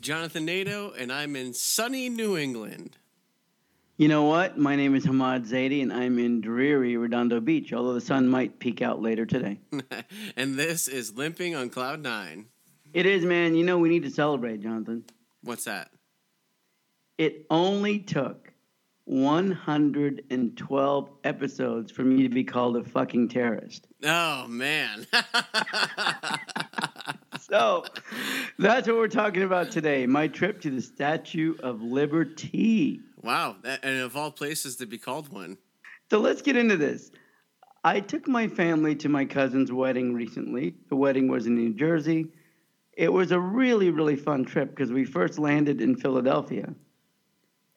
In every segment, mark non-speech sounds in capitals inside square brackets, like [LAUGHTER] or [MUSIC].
Jonathan Nato, and I'm in sunny New England. [LAUGHS] You know what? My name is Hamad Zaidi, and I'm in dreary Redondo Beach, although the sun might peek out later today. and this is Limping on Cloud Nine. It is, man. You know, we need to celebrate, Jonathan. What's that? It only took 112 episodes for me to be called a fucking terrorist. Oh, man. [LAUGHS] So that's what we're talking about today. My trip to the Statue of Liberty. wow. that- and of all places to be called one. So let's get into this. I took my family to my cousin's wedding recently. The wedding was in New Jersey. It was a really, really fun trip because we first landed in Philadelphia.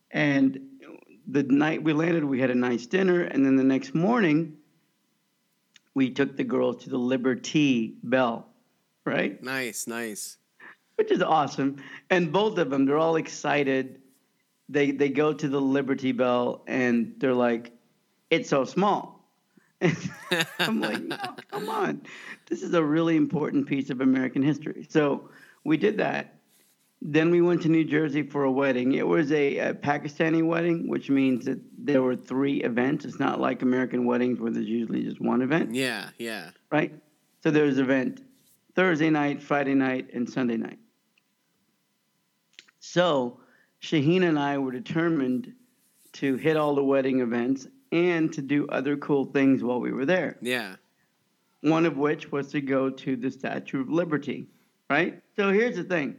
And the night we landed, we had a nice dinner. And then the next morning, we took the girls to the Liberty Bell, right? Nice, nice. which is awesome. And both of them, they're all excited. They they go to the Liberty Bell and they're like, "It's so small." [LAUGHS] I'm like, no, "Come on, this is a really important piece of American history." So we did that. Then we went to New Jersey for a wedding. It was a, a Pakistani wedding, which means that there were three events. It's not like American weddings where there's usually just one event, Yeah, yeah. right? So there's event Thursday night, Friday night, and Sunday night. So Shaheen and I were determined to hit all the wedding events and to do other cool things while we were there. Yeah. One of which was to go to the Statue of Liberty, right? So here's the thing.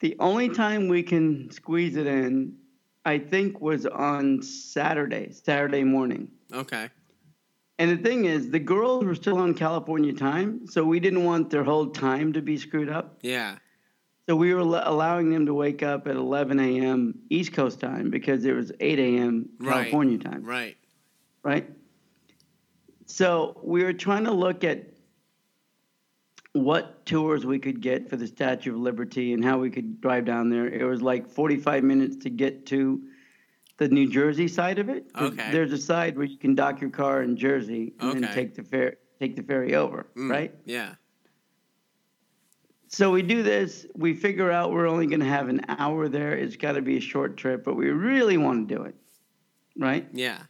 The only time we can squeeze it in, I think, was on Saturday, Saturday morning. Okay. And the thing is, the girls were still on California time, so we didn't want their whole time to be screwed up. Yeah. So we were al- allowing them to wake up at 11 a.m. East Coast time because it was 8 a.m. Right. California time, Right. right? So we were trying to look at what tours we could get for the Statue of Liberty and how we could drive down there. It was like 45 minutes to get to the New Jersey side of it. 'cause Okay. There's a side where you can dock your car in Jersey and then Okay. take the fer- take the ferry over, Mm, right? Yeah. So we do this. We figure out we're only going to have an hour there. It's got to be a short trip, but we really want to do it, right? Yeah.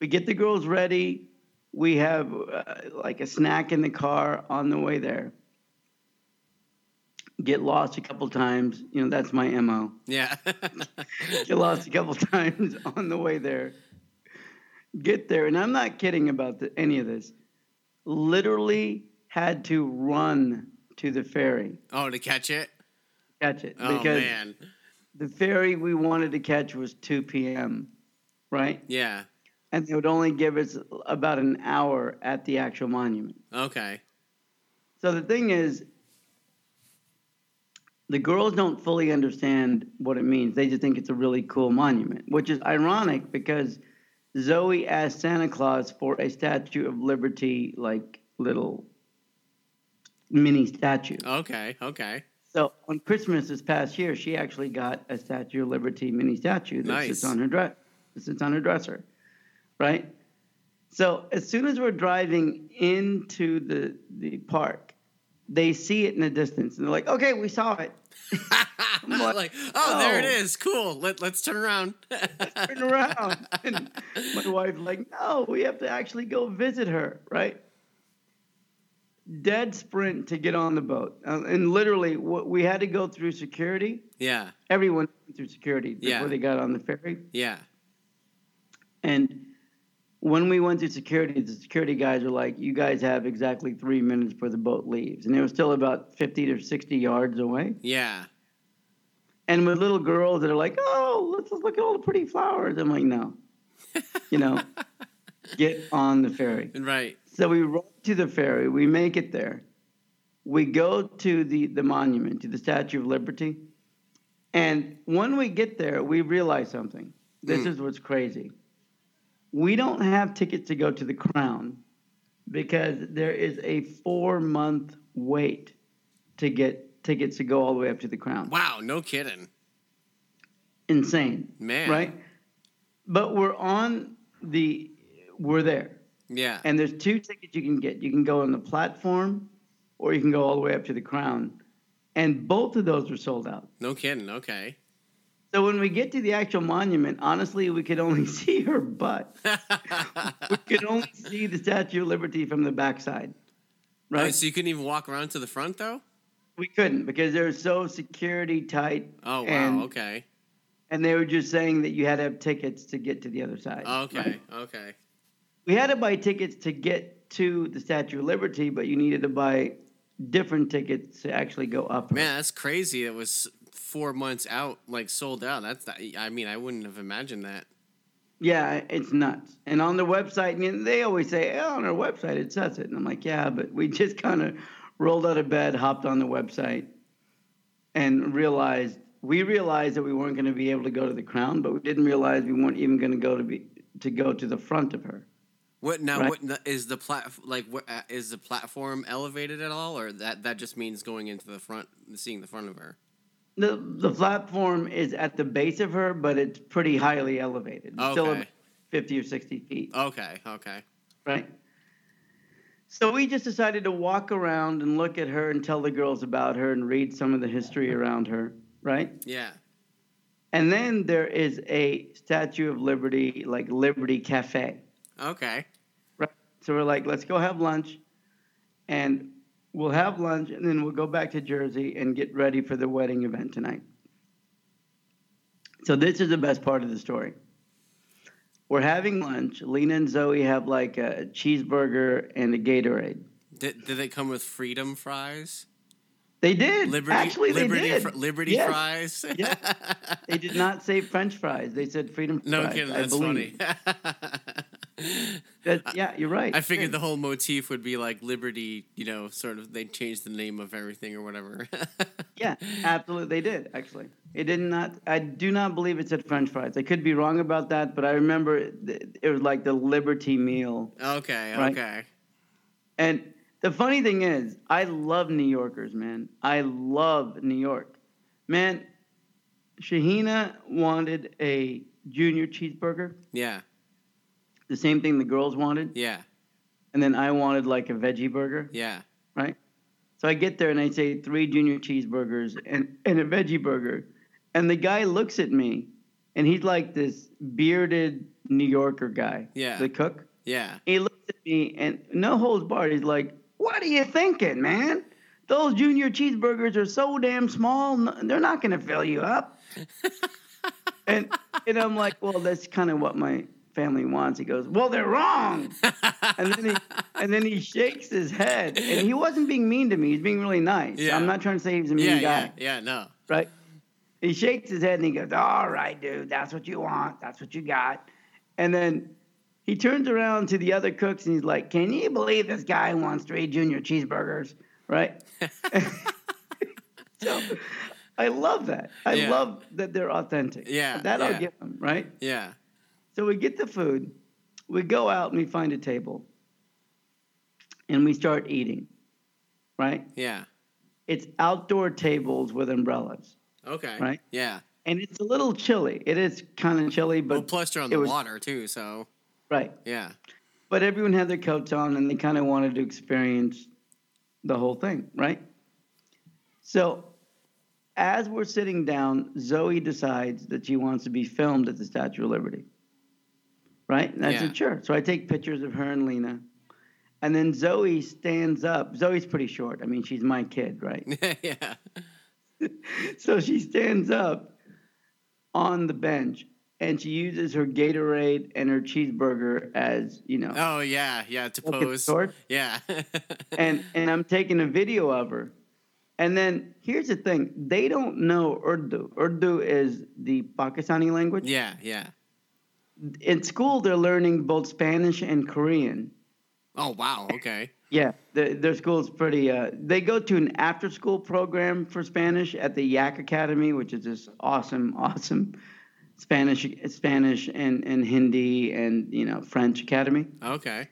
We get the girls ready. We have uh, like a snack in the car on the way there. Get lost a couple times. You know, that's my MO. Yeah. [LAUGHS] Get lost a couple [LAUGHS] times on the way there. Get there. And I'm not kidding about the, any of this. Literally had to run to the ferry. oh, to catch it? Catch it. Oh, because man. the ferry we wanted to catch was 2 p.m., right? Yeah. And they would only give us about an hour at the actual monument. Okay. So the thing is, the girls don't fully understand what it means. They just think it's a really cool monument, which is ironic because Zoe asked Santa Claus for a Statue of Liberty, like little mini statue. Okay. Okay. [LAUGHS] So on Christmas this past year, she actually got a Statue of Liberty mini statue that Nice. sits on her dress. Sits on her dresser, right? So as soon as we're driving into the the park, they see it in the distance and they're like, "Okay, we saw it. like, oh, there it no. is. Cool. Let, let's turn around. [LAUGHS] Turn around." and my wife's like, "No, we have to actually go visit her, right?" Dead sprint to get on the boat, Uh, and literally, what we had to go through security. yeah. everyone went through security before Yeah. they got on the ferry. Yeah. And when we went through security, the security guys were like, "You guys have exactly three minutes before the boat leaves," and it was still about fifty to sixty yards away. Yeah. And with little girls that are like, "Oh, let's just look at all the pretty flowers," I'm like, "No, you know, get on the ferry." Right. So we roll to the ferry. We make it there. We go to the, the monument, to the Statue of Liberty. And when we get there, we realize something. This is what's crazy. We don't have tickets to go to the Crown because there is a four month wait to get tickets to go all the way up to the Crown. Wow. No kidding. Insane, Man. right? But we're on the, we're there. Yeah. And there's two tickets you can get. You can go on the platform, or you can go all the way up to the crown. and both of those were sold out. No kidding. Okay. So when we get to the actual monument, honestly, we could only [LAUGHS] see her butt. we could only see the Statue of Liberty from the backside. Oh, Right? so you couldn't even walk around to the front though? we couldn't because they were so security tight. Oh wow. And, okay. and they were just saying that you had to have tickets to get to the other side. Okay. right? Okay. We had to buy tickets to get to the Statue of Liberty, but you needed to buy different tickets to actually go up. her. Man, that's crazy. It was four months out, like sold out. That's. I mean, I wouldn't have imagined that. Yeah, it's nuts. And on their website, and they always say, oh, on our website, it says it. And I'm like, yeah, but we [LAUGHS] just kind of rolled out of bed, hopped on the website, and realized we realized that we weren't going to be able to go to the crown, but we didn't realize we weren't even going to go to be to go to the front of her. What now? Right. What the, is the plat like? What uh, is the platform elevated at all, or that that just means going into the front, seeing the front of her? The the platform is at the base of her, but it's pretty highly elevated. It's still Okay. about 50 or 60 feet. Okay, okay. Right. So we just decided to walk around and look at her and tell the girls about her and read some of the history around her, right? Yeah. And then there is a Statue of Liberty, like Liberty Cafe, Okay. right? So we're like, let's go have lunch and we'll have lunch and then we'll go back to Jersey and get ready for the wedding event tonight. So this is the best part of the story. We're having lunch. Lena and Zoe have like a cheeseburger and a Gatorade. Did did they come with freedom fries? They did. Liberty Actually, Liberty they did. fr- Liberty Yes. fries. Yes. They did not say French fries. They said freedom [LAUGHS] no fries. kidding. I That's believe. [LAUGHS] funny. That- yeah, you're right. I figured the whole motif would be like liberty, you know, sort of they changed the name of everything or whatever. [LAUGHS] Yeah, absolutely. They did, actually. It did not, I do not believe it said French fries. I could be wrong about that, but I remember it, it was like the Liberty meal. okay, Right. okay. And the funny thing is, I love New Yorkers, man. I love New York. Man, Shahina wanted a junior cheeseburger, Yeah, the same thing the girls wanted. yeah, and then I wanted like a veggie burger, yeah. right? So I get there and I say three junior cheeseburgers and, and a veggie burger. And the guy looks at me and he's like this bearded New Yorker guy, Yeah. the cook. Yeah. He looks at me and no holds barred. He's like, What are you thinking, man? Those junior cheeseburgers are so damn small, no- they're not going to fill [LAUGHS] you up. and, and I'm like, Well, that's kind of what my family wants. He goes, Well, they're wrong and then [LAUGHS] he and then he shakes his head and he wasn't being mean to me he's being really nice Yeah. i'm not trying to say he's a mean yeah, guy yeah, yeah, no. right he shakes his head and he goes all right dude that's what you want that's what you got and then he turns around to the other cooks and he's like can you believe this guy wants three junior cheeseburgers [LAUGHS] right [LAUGHS] so i love that i Yeah. love that they're authentic Yeah, that yeah. i'll give them right Yeah. so we get the food, we go out and we find a table, and we start eating. Right? Yeah. It's outdoor tables with umbrellas, Okay. Right? Yeah. and it's a little chilly. It is kind of chilly, but Well, plus you're on it the was- water too, so right. yeah. [LAUGHS] But everyone had their coats on, and they kind of wanted to experience the whole thing, right? So, as we're sitting down, Zoe decides that she wants to be filmed at the Statue of Liberty. Right? And I Yeah. said, sure. So I take pictures of her and Lena. And then Zoe stands up. Zoe's pretty short. I mean, she's my kid, right? yeah. Oh. so she stands up on the bench and she uses her Gatorade and her cheeseburger as, you know, Oh yeah, yeah, to like a pose. sword. Yeah. [LAUGHS] and and I'm taking a video of her. And then here's the thing: they don't know Urdu. Urdu is the Pakistani language. yeah, yeah. In school, they're learning both Spanish and Korean. Oh wow, okay. Yeah, their their school's pretty. Uh, they go to an after-school program for Spanish at the Yak Academy, which is this awesome, [LAUGHS] awesome Spanish, Spanish and and Hindi and you know French academy. Okay.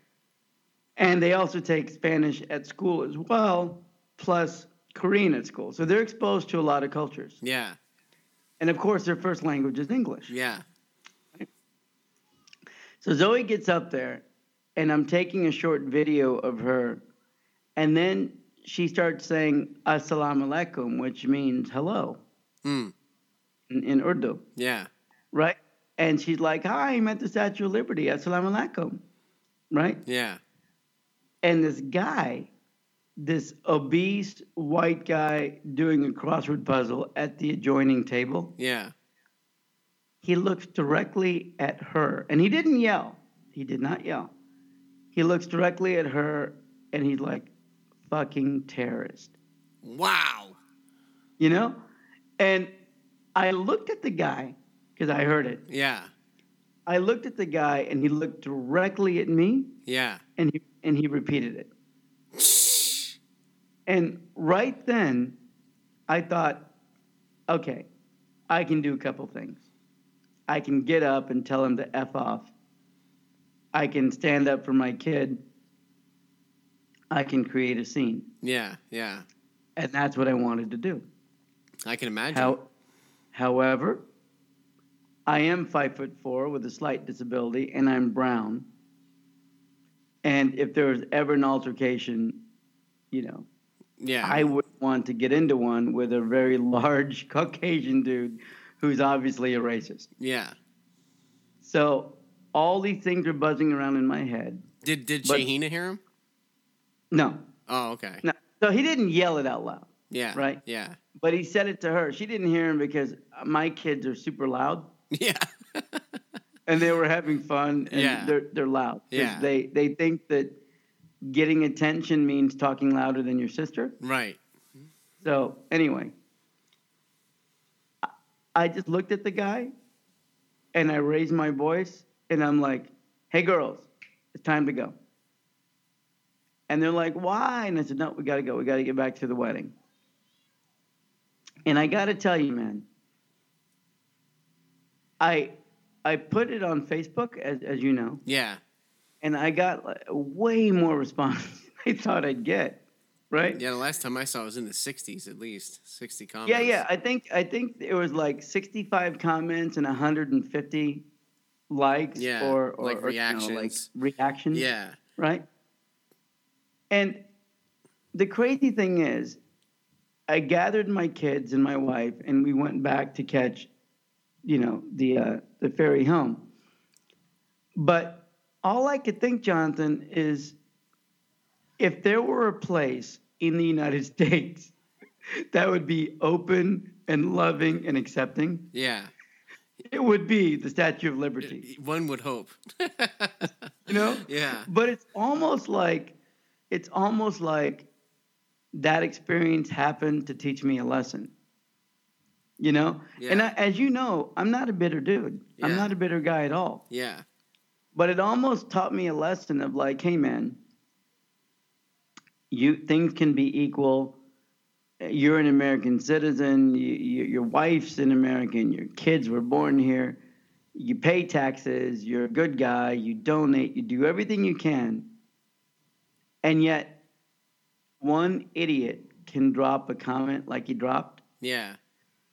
And they also take Spanish at school as well, plus Korean at school. So they're exposed to a lot of cultures. Yeah. And of course, their first language is English. Yeah. So Zoe gets up there, and I'm taking a short video of her. And then she starts saying "Assalamu alaikum," which means hello Hmm. in, in Urdu, Yeah. right? And she's like, "Hi, I'm at the Statue of Liberty. Assalamu alaikum," right? Yeah. and this guy, this obese white guy doing a crossword puzzle at the adjoining table, Yeah. he looks directly at her. And he didn't yell. He did not yell. He looks directly at her and he's like, fucking terrorist, Wow. you know? And I looked at the guy because I heard it. Yeah. I looked at the guy and he looked directly at me Yeah. [SNIFFS] and he, and he repeated it. And right then, I thought, okay, I can do a couple things. I can get up and tell him to F off. I can stand up for my kid. I can create a scene. Yeah. Yeah. And that's what I wanted to do. I can imagine. How, however, I am five foot four with a slight disability, and I'm brown. And if there was ever an altercation, you know, yeah. I would want to get into one with a very large [LAUGHS] Caucasian dude who's obviously a racist. yeah. So all these things are buzzing around in my head. Did did but- Shahina hear him? No, Oh, okay. no. So he didn't yell it out loud, Yeah. Right. Yeah. [LAUGHS] but he said it to her. She didn't hear him because my kids are super loud Yeah. and they were having fun and Yeah. they're, they're loud. 'Cause Yeah. They, they think that getting attention means talking louder than your sister. right. So anyway, I- I just looked at the guy, and I raised my voice, and I'm like, "Hey, girls, it's time to go." And they're like, "Why?" And I said, "No, we got to go. We got to get back to the wedding." And I got to tell you, man, I I put it on Facebook, as as you know, Yeah. and I got like, way more response [LAUGHS] than I thought I'd get. Right? Yeah. The last time I saw it was in the '60s, at least 60 comments. Yeah, yeah. I think I think it was like 65 comments and 150 likes Yeah, or, or like or, you know, reactions. like reactions. Yeah. Right. And the crazy thing is, I gathered my kids and my wife, and we went back to catch, you know, the uh, the ferry home. But all I could think, Jonathan, is if there were a place in the United [LAUGHS] States that would be open and loving and accepting, Yeah. it would be the Statue of Liberty. One would hope. You know? yeah. but it's almost like it's almost like that experience happened to teach me a lesson you know and Yeah. I, as you know i'm not a bitter dude i'm Yeah. not a bitter guy at all Yeah. but it almost taught me a lesson of like hey man you things can be equal you're an american citizen you, you, your wife's an american your kids were born here you pay taxes you're a good guy you donate you do everything you can and yet one idiot can drop a comment like he dropped Yeah.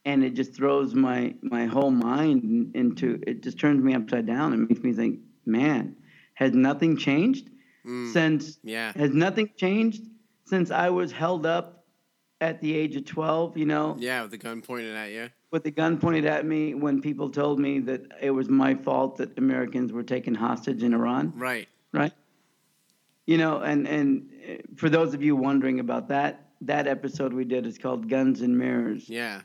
and it just throws my my whole mind in- into it just turns me upside down and makes me think man has nothing changed Mm. since Yeah. has nothing changed since i was held up at the age of 12 you know Yeah. With the gun pointed at you. with the gun pointed at me when people told me that it was my fault that americans were taken hostage in iran Right. right? You know, and and uh, for those of you wondering about that, that episode we did is called Guns and Mirrors, Yeah.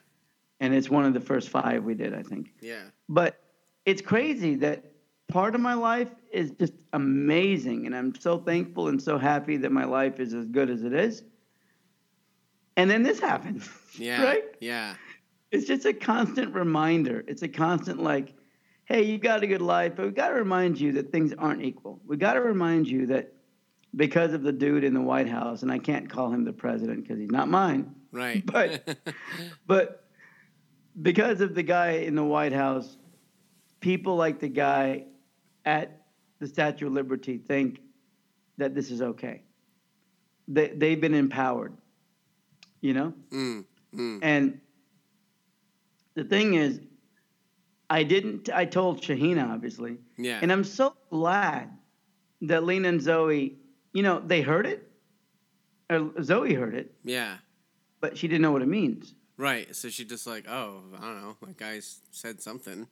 and it's one of the first five we did, I think. Yeah. But it's crazy that part of my life is just amazing, and I'm so thankful and so happy that my life is as good as it is. And then this happens, [LAUGHS] Yeah. right? Yeah. It's just a constant reminder. It's a constant like, hey, you got a good life, but we got to remind you that things aren't equal. We got to remind you that because of the dude in the White House, and I can't call him the president because he's not mine, [LAUGHS] Right. But- but because of the guy in the White House, people like the guy at the Statue of Liberty think that this is okay. They, they've been empowered, you know? [LAUGHS] mm. Mm. And the thing is, I didn't. I told Shahina obviously, Yeah. and I'm so glad that Lena and Zoe, you know, they heard it, or Zoe heard it, Yeah. but she didn't know what it means. Right. So she just like, oh, I don't know. That guy s- said something.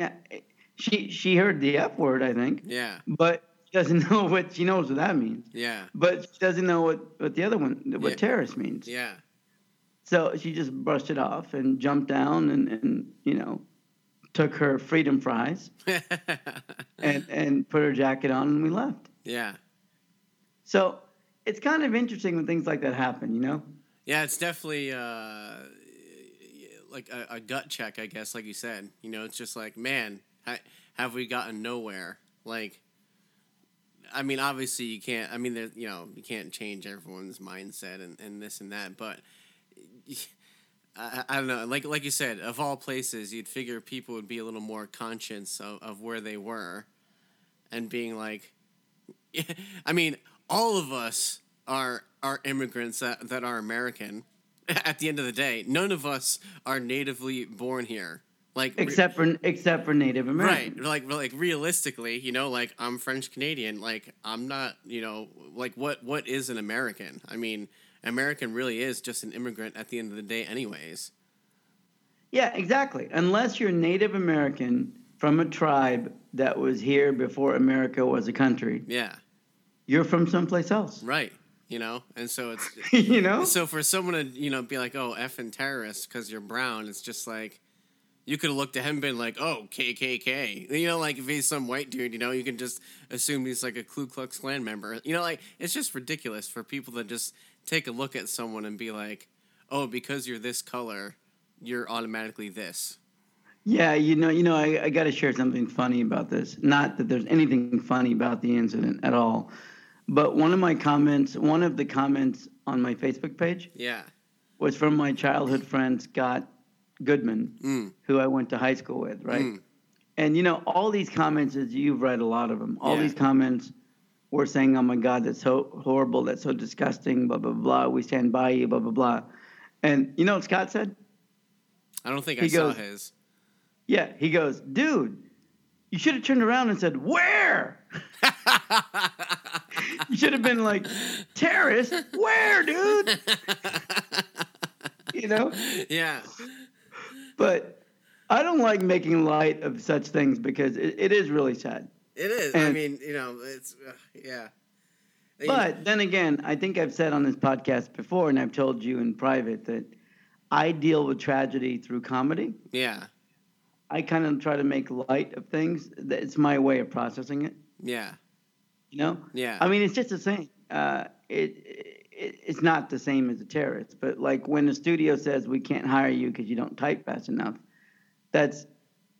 Yeah, it- she she heard the F word, I think, Yeah. but she doesn't [LAUGHS] know what she knows what that means. Yeah. But she doesn't know what, what the other one, what Yeah. terrorist means. Yeah. [LAUGHS] So she just brushed it off and jumped down and, and you know, took her freedom fries [LAUGHS] and, and put her jacket on and we left. yeah. So it's kind of interesting when things like that happen, you know? Yeah. It's definitely uh, like a, a gut check, I guess, like you said. You know, it's just like, man, ha- have we gotten nowhere? Like, I mean, obviously you can't, I mean, there, you know, you can't change everyone's mindset and, and this and that, but [LAUGHS] I, I don't know. Like, like you said, of all places, you'd figure people would be a little more conscious of, of where they were and being like, [LAUGHS] I mean, all of us are, are immigrants that, that are American [LAUGHS] at the end of the day. None of us are natively born here. Like, re- Except for except for Native right Americans. like like realistically you know like i'm french canadian like i'm not you know like what what is an american i mean american really is just an immigrant at the end of the day anyways Yeah, exactly. Unless you're Native American from a tribe that was here before America was a country, yeah you're from someplace else. right you know and so it's [LAUGHS] you know? so for someone to you know be like oh effing terrorist because you're brown it's just like you could have looked at him and been like oh kkk you know like if he's some white dude you know you can just assume he's like a ku klux klan member you know like it's just ridiculous for people to just take a look at someone and be like oh because you're this color you're automatically this Yeah, you know, you know, I, I got to share something funny about this. Not that there's anything funny about the incident at all, but one of my comments, one of the comments on my Facebook page yeah was from my childhood friend Scott Goodman, Hmm. who I went to high school with, right? And you know, all these comments, as you've read a lot of them, all Yeah. these comments were saying, "Oh my God, that's so horrible, that's so disgusting, blah blah blah. We stand by you, blah blah blah." And you know what Scott said? i don't think i He saw goes- his Yeah, he goes, dude, you should have turned around and said, where? you should have been like, terrorist, where, dude? you know? yeah But I don't like making light of such things because it, it is really sad. it is i And- mean you know it's uh, yeah But then again, I think I've said on this podcast before, and I've told you in private that I deal with tragedy through comedy. yeah I kind of try to make light of things. It's my way of processing it, yeah you know? yeah I mean, it's just the same. Uh, it, it it's not the same as a terrorist, but like when the studio says we can't hire you because you don't type fast enough, that's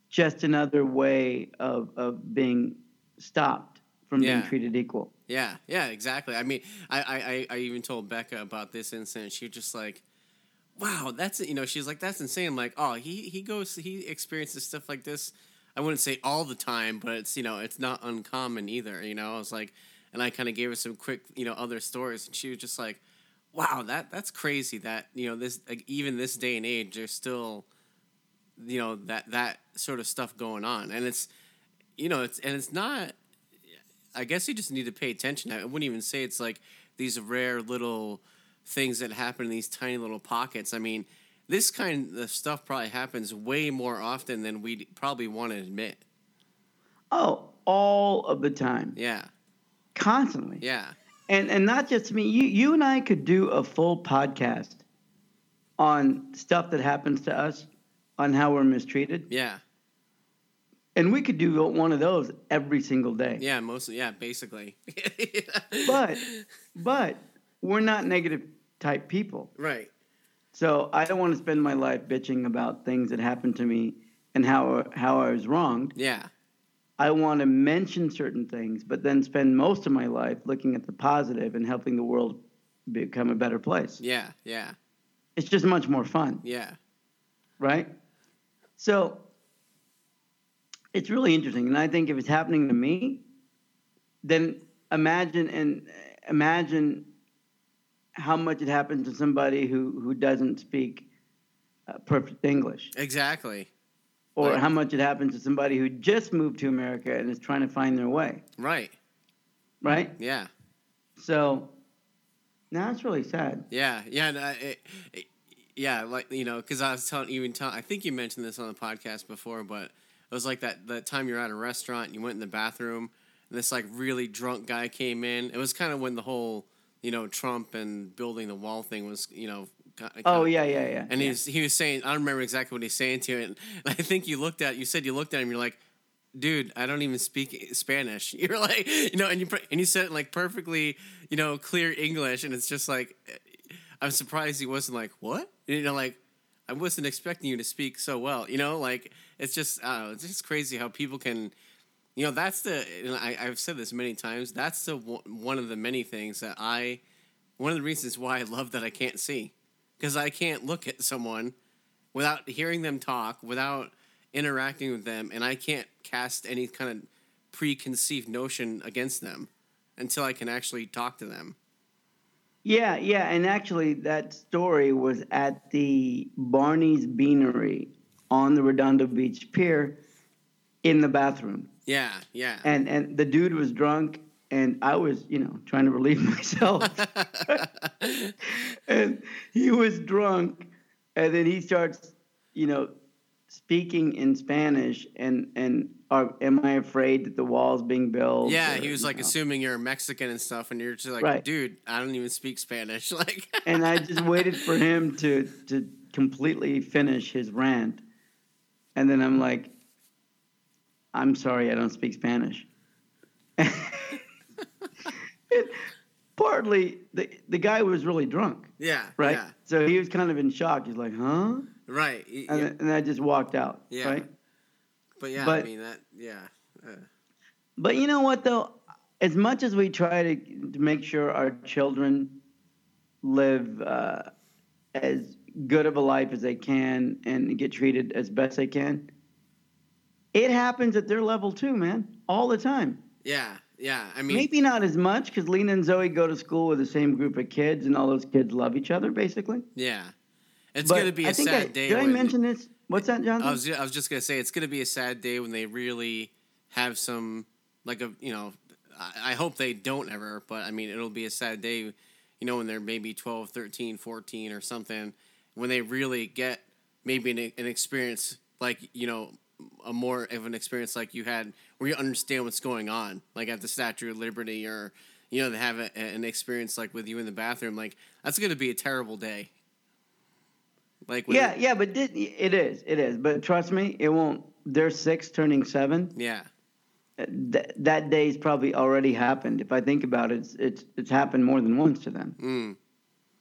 just another way of of being stopped from Yeah. being treated equal. Yeah, yeah, exactly. I mean, I, I, I- I even told Becca about this incident. She was just like, wow, that's, you know, she's like, that's insane. I'm like, oh, he, he goes, he experiences stuff like this. I wouldn't say all the time, but it's, you know, it's not uncommon either, you know? I was like, and I kind of gave her some quick, you know, other stories. And she was just like, wow, that, that's crazy that, you know, this, like, even this day and age, there's still, you know, that, that sort of stuff going on. And it's, you know, it's, and it's not, I guess you just need to pay attention. I wouldn't even say it's like these rare little things that happen in these tiny little pockets. I mean, this kind of stuff probably happens way more often than we probably want to admit. Oh, all of the time, Yeah, constantly, yeah, and and not just me. You you and I could do a full podcast on stuff that happens to us, on how we're mistreated, yeah, and we could do one of those every single day. yeah. Mostly, yeah, basically. [LAUGHS] but but we're not negative type people right, so i don't want to spend my life bitching about things that happened to me and how how i was wronged yeah, i want to mention certain things but then spend most of my life looking at the positive and helping the world become a better place yeah, yeah, it's just much more fun yeah, right so it's really interesting and i think if it's happening to me then imagine and imagine how much it happens to somebody who who doesn't speak uh, perfect english exactly. or Right. how much it happens to somebody who just moved to america and is trying to find their way Right, right yeah, so No, it's really sad. Yeah, yeah, and I- it, it- yeah. Like you know, because I was telling even tell, I think you mentioned this on the podcast before, but it was like that that time you're at a restaurant and you went in the bathroom, and this like really drunk guy came in. It was kind of when the whole you know Trump and building the wall thing was you know. ki- Oh kinda- yeah, yeah, yeah. And yeah. he was he was saying I don't remember exactly what he's saying to you. And [LAUGHS] I think you looked at you said you looked at him. You're like, dude, I don't even speak Spanish. [LAUGHS] You're like, you know, and you pr- and you said it in, like perfectly, you know, clear English. And it's just like, eh, I'm surprised he wasn't like what, you know, like. I wasn't expecting you to speak so well, you know. Like it's just, I don't know, it's just crazy how people can, you know. That's the, and I, I've said this many times. That's the one- one of the many things that I, one of the reasons why I love that I can't see because I can't look at someone without hearing them talk, without interacting with them, and I can't cast any kind of preconceived notion against them until I can actually talk to them. Yeah, yeah, and actually, that story was at the Barney's Beanery on the Redondo Beach Pier, in the bathroom, Yeah, yeah. and and the dude was drunk, and I was, you know, trying to relieve [LAUGHS] [LAUGHS] myself, and he was drunk, and then he starts, you know, speaking in Spanish, and and are, am I afraid that the wall's being built? yeah, or, he was you like know. assuming you're Mexican and stuff, and you're just like, Right. dude, I don't even speak Spanish. [LAUGHS] Like, and I just waited for him to to completely finish his rant, and then I'm like, "I'm sorry, I don't speak Spanish." [LAUGHS] It- partly, the the guy was really drunk, yeah, right? yeah, So he was kind of in shock. He's like, "Huh?" right. y- And, yeah. then, and I just walked out, Yeah. right? But yeah, I but- mean that. Yeah, uh, But you know what, though, as much as we try to, to make sure our children live uh, as good of a life as they can and get treated as best they can, it happens at their level too, man, all the time. yeah, yeah. I mean, Maybe not as much because Lena and Zoe go to school with the same group of kids, and all those kids love each other, basically. yeah. It's But gonna be a I think sad I- day. Did I when- Oh, mention this? What's that, Jonathan? I was, I was just gonna say it's gonna be a sad day when they really have some like a you know I, I hope they don't ever but I mean it'll be a sad day you know when they're maybe 12 13 14 or something when they really get maybe an, an experience like you know a more of an experience like you had where you understand what's going on like at the Statue of Liberty or you know they have a, an experience like with you in the bathroom like that's gonna be a terrible day like when yeah, yeah, but did, it is, it is. But trust me, it won't. They're six, turning seven. yeah th- that day's probably already happened. If I think about it, it's it's, it's happened more than once to them, mm.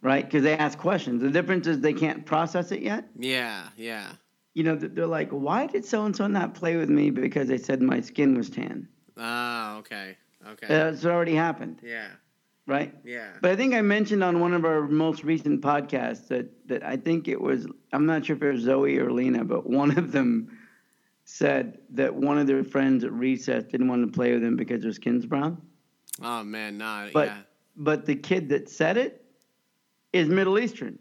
right? Because they ask questions. The difference is they can't process it yet. Yeah, yeah, You know, th- they're like, "Why did so and so not play with me because they said my skin was tan?" Ah, okay, okay. Uh, it's already happened, yeah, right? yeah. But I think I mentioned on one of our most recent podcasts that that I think it was I'm not sure if it was Zoe or Lena, but one of them said that one of their friends at recess didn't want to play with them because their skin's brown. oh man, nah. But yeah. but the kid that said it is Middle Eastern.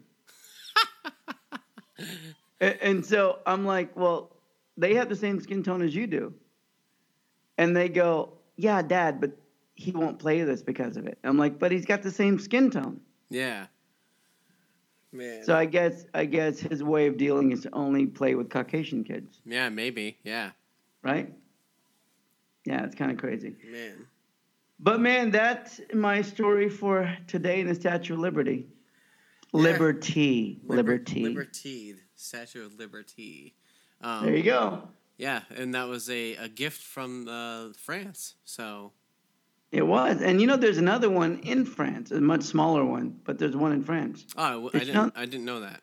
A- and so I'm like, well, they have the same skin tone as you do. And they go, yeah, dad, but he won't play this because of it. I'm like, but he's got the same skin tone. yeah, man. So I guess I guess his way of dealing is to only play with Caucasian kids, yeah, maybe. Yeah, right? Yeah, it's kind of crazy. man. But man, that's my story for today in the Statue of Liberty. Yeah. Liberty, liberty. Liberty. Statue of Liberty. Um, There you go. Yeah, and that was a, a gift from uh, France. So It was, and you know, there's another one in France, a much smaller one, but there's one in France. oh, I w- I It's didn't not- I didn't know that.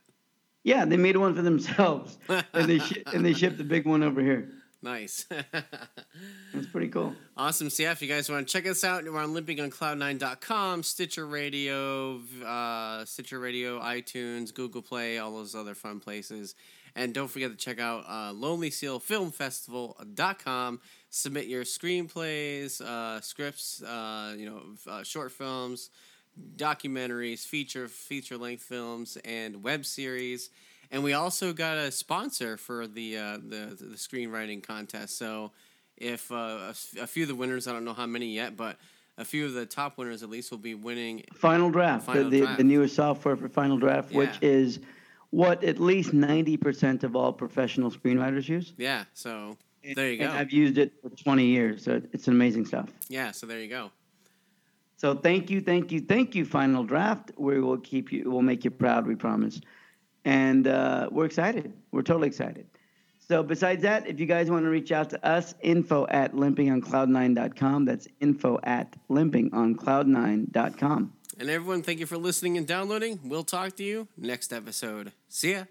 Yeah, they made one for [LAUGHS] themselves, and they shi and they shipped the big one over here. Nice. [LAUGHS] That's pretty cool. Awesome. So, yeah, if you guys want to check us out, we're on limpingoncloud9.com, Stitcher Radio, v- uh, Stitcher Radio, iTunes, Google Play, all those other fun places. And don't forget to check out uh, LonelySealFilmFestival.com. Submit your screenplays, uh, scripts, uh, you know, f- uh, short films, documentaries, feature feature length films, and web series. And we also got a sponsor for the uh, the the screenwriting contest. So if uh, a s- a few of the winners, I don't know how many yet, but a few of the top winners at least will be winning. Final Draft, Final the, the, Draft. the newest software for Final Draft, which Yeah. is what at least 90% of all professional screenwriters use. Yeah, so there you And go. I've used it for 20 years, so it's amazing stuff. Yeah, so there you go. So thank you, thank you, thank you, Final Draft. We will keep you, we'll make you proud, we promise. And uh, we're excited. We're totally excited. So besides that, if you guys want to reach out to us, info at limpingoncloud9.com. That's info at limpingoncloud9.com. And everyone, thank you for listening and downloading. We'll talk to you next episode. See ya.